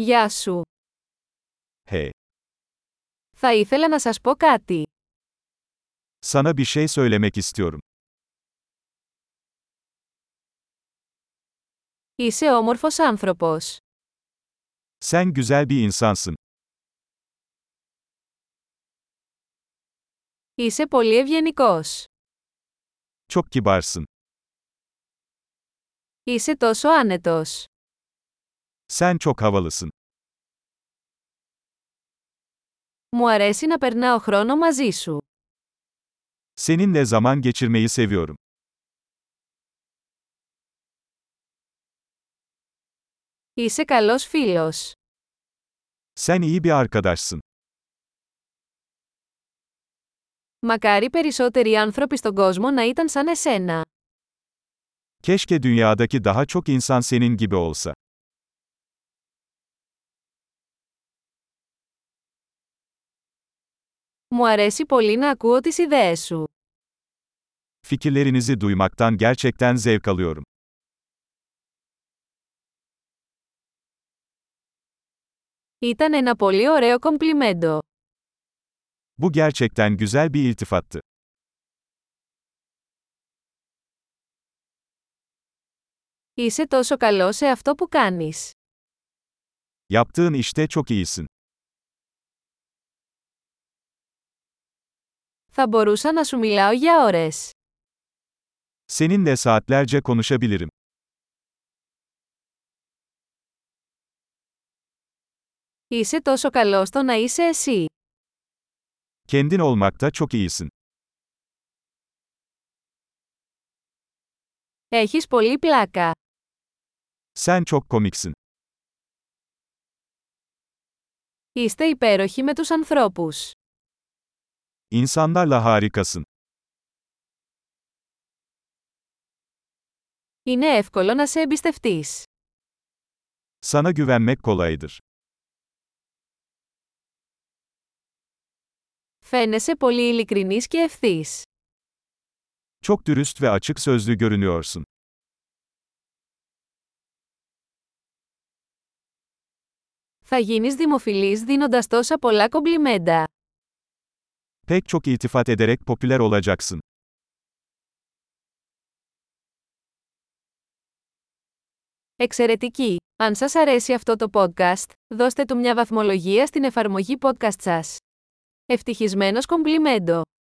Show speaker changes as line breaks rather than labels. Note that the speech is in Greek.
Γεια σου.
Hey,
Θα ήθελα να σας πω κάτι.
sana bir şey söylemek istiyorum.
Είσαι όμορφος άνθρωπος.
Sen güzel bir insansın.
Είσαι πολύ ευγενικός.
Çok kibarsın.
Είσαι τόσο άνετος.
Sen çok havalısın.
Μου αρέσει να περνάω χρόνο μαζί σου.
Seninle zaman geçirmeyi seviyorum.
Είσαι καλός φίλος.
Sen iyi bir arkadaşsın.
Μακάρι περισσότεροι άνθρωποι στον κόσμο να ήταν σαν εσένα.
Keşke dünyadaki daha çok insan senin gibi olsa.
Μου αρέσει πολύ να ακούω τις ιδέες σου.
Fikirlerinizi duymaktan gerçekten zevk alıyorum.
Ήταν ένα πολύ ωραίο κομπλιμέντο.
Bu gerçekten güzel bir iltifattı.
Είσαι τόσο καλό σε αυτό που κάνεις.
Yaptığın işte çok iyisin.
Θα μπορούσα να σου μιλάω για ώρες.
Seninle saatlerce konuşabilirim.
Είσαι τόσο καλό στο να είσαι εσύ.
Kendin olmakta çok iyisin.
Έχεις πολύ πλάκα.
Sen çok komiksin.
Είστε υπέροχοι με τους ανθρώπους.
İnsanlarla harikasın.
Είναι εύκολο να σε εμπιστευτείς.
Sana güvenmek kolaydır.
Φαίνεσαι πολύ ειλικρινής και ευθύς.
Çok dürüst ve açık sözlü görünüyorsun.
Θα γίνεις δημοφιλής δίνοντας τόσα πολλά κομπλιμέντα.
Pek çok iltifat ederek popüler olacaksın.
Εξαιρετική! Αν σας αρέσει αυτό το podcast, δώστε του μια βαθμολογία στην εφαρμογή podcast σας. Ευτυχισμένος κομπλιμέντο!